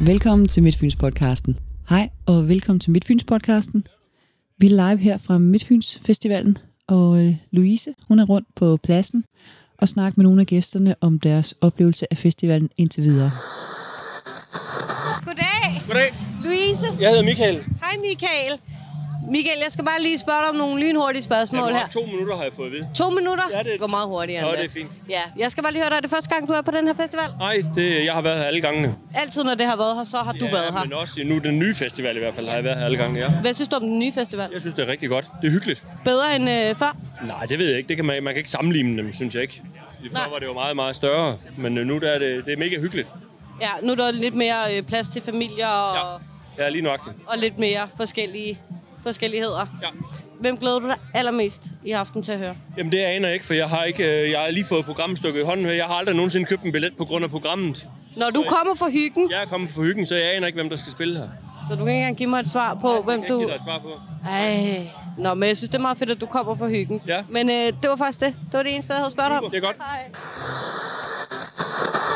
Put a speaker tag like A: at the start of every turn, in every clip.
A: Velkommen til Midtfyns-podcasten. Hej og velkommen til Midtfyns-podcasten. Vi er live her fra Midtfyns-festivalen, og øh, Louise hun er rundt på pladsen og snakker med nogle af gæsterne om deres oplevelse af festivalen indtil videre.
B: Goddag,
C: Goddag,
B: Louise.
C: jeg hedder Michael.
B: Hej, Michael. Michael, jeg skal bare lige spørge dig om nogle lynhurtige spørgsmål
C: Jeg
B: her.
C: har to minutter, har jeg fået at vide.
B: To minutter?
C: Ja, det-
B: går meget hurtigere.
C: Ja,
B: end
C: det er fint.
B: Ja, jeg skal bare lige høre dig. Er det første gang, du er på den her festival?
C: Nej, det, jeg har været her alle gangene.
B: Altid, når det har været her, så har du været her.
C: men også nu den nye festival i hvert fald har jeg været her alle gange, ja.
B: Hvad synes du om den nye festival?
C: Jeg synes, det er rigtig godt. Det er hyggeligt.
B: Bedre end øh, før?
C: Nej, det ved jeg ikke. Det kan man, man kan ikke sammenligne dem, synes jeg ikke. I
B: Nej.
C: før var det jo meget, meget større. Men øh, nu der er det, det er mega hyggeligt.
B: Ja, nu er der lidt mere øh, plads til familier og,
C: Ja, lige nøjagtigt.
B: og lidt mere forskellige forskelligheder.
C: Ja.
B: Hvem glæder du dig allermest i aften til at høre?
C: Jamen det aner jeg ikke, for jeg har ikke, øh, jeg har lige fået programstykket i hånden. Jeg har aldrig nogensinde købt en billet på grund af programmet.
B: Når du kommer fra hyggen, ja.
C: Jeg er kommet for hyggen, så jeg aner ikke, hvem der skal spille her.
B: så du kan ikke engang give mig et svar på, hvem
C: Jeg kan
B: du...
C: ikke give dig et svar på.
B: Ej. Nå, men jeg synes, det er meget fedt, at du kommer fra hyggen.
C: Ja.
B: Men øh, det var faktisk det. Det var det eneste, jeg havde spurgt om.
C: Det er godt.
B: Hej.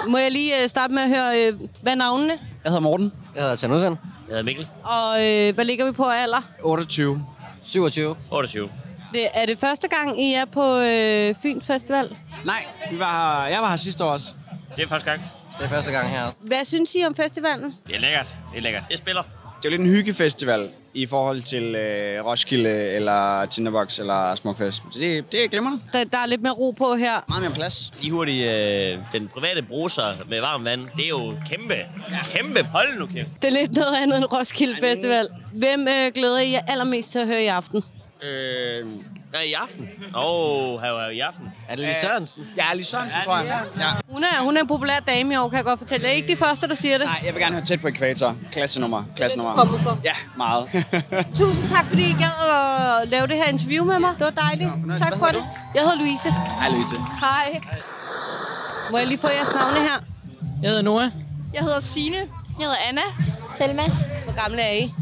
B: Må jeg lige øh, starte med at høre, øh, hvad er navnene?
D: Jeg hedder Morten.
E: Jeg hedder Tanussan.
F: Jeg hedder Mikkel.
B: Og øh, hvad ligger vi på af alder?
D: 28.
E: 27.
F: 28.
B: Det, er det første gang, I er på øh, Fyns Festival?
D: Nej, vi var, jeg var her sidste år også.
F: Det er første gang.
E: Det er første gang her.
B: Hvad synes I om festivalen?
F: Det er lækkert. Det er lækkert. Jeg spiller.
D: Det er jo lidt en hyggefestival i forhold til øh, Roskilde, eller Tinderbox, eller Smukfest. Så det, det er glimrende.
B: Der, der er lidt mere ro på her.
D: Meget mere plads.
F: Lige hurtigt, øh, den private bruser med varmt vand, det er jo kæmpe, kæmpe. Hold nu kæft.
B: Det er lidt noget andet end Roskilde Festival. Hvem øh, glæder I jer allermest til at høre i aften?
D: Øh,
F: Nej, i aften. Åh, oh, her var jeg i aften.
E: Er det lige Sørensen?
D: jeg er lige sådan, tror jeg. Ja.
B: Hun er, hun er en populær dame i år, kan jeg godt fortælle. Det er ikke de første, der siger det.
D: Nej, jeg vil gerne høre tæt på ekvator. Klassenummer. Klassenummer.
B: du kommet for.
D: Ja, meget.
B: Tusind tak, fordi I gad at lave det her interview med mig. Det var dejligt.
D: fornøjelse.
B: tak
D: Hvad
B: for det.
D: hedder
B: Jeg hedder Louise.
D: Hej, Louise.
B: Hej. Må jeg lige få jeres navne her?
G: Jeg hedder Noah.
H: Jeg hedder Sine. Jeg hedder Anna. Selma.
B: Hvor gamle er I?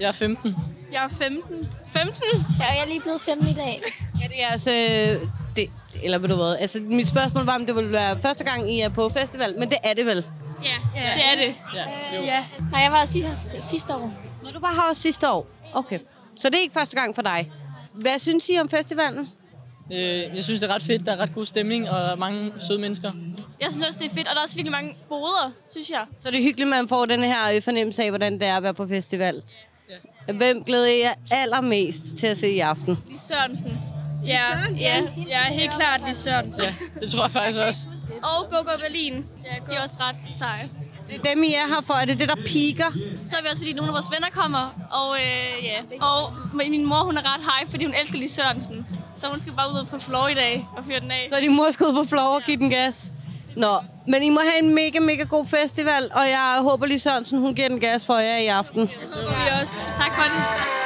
G: Jeg er 15.
H: Jeg er 15. 15? Ja, og jeg er lige blevet 15 i dag.
B: Er det jeres... Øh, det, eller ved du hvad? Altså, mit spørgsmål var, om det ville være første gang, I er på festival. Men det er det vel.
H: Ja, det er det. Ja, ja. Nej, jeg var sidste, sidste år.
B: Når du var her også sidste år. Okay. Så det er ikke første gang for dig. Hvad synes I om festivalen?
G: Øh, jeg synes, det er ret fedt. Der er ret god stemning, og der er mange søde mennesker.
H: Jeg synes også, det er fedt, og der er også virkelig mange boder, synes jeg.
B: Så det er hyggeligt, at man får den her øh, fornemmelse af, hvordan det er at være på festival. Hvem glæder I jer allermest til at se i aften?
H: Lige Sørensen. Ja, ja, ja, helt klart lige Sørensen. Ja.
G: Det tror jeg faktisk også.
H: Og GoGo Berlin. Ja, de er også ret seje.
B: Det er dem, I er her for. Er det det, der piker?
H: Så er vi også, fordi nogle af vores venner kommer, og, øh, ja. og min mor hun er ret high, fordi hun elsker lige Sørensen. Så hun skal bare ud på floor i dag og fyre den af.
B: Så er de mor skal ud på floor og give den gas. Nå, men I må have en mega, mega god festival, og jeg håber lige Sørensen, hun giver den gas for jer i aften.
H: Så vi også. Tak for det.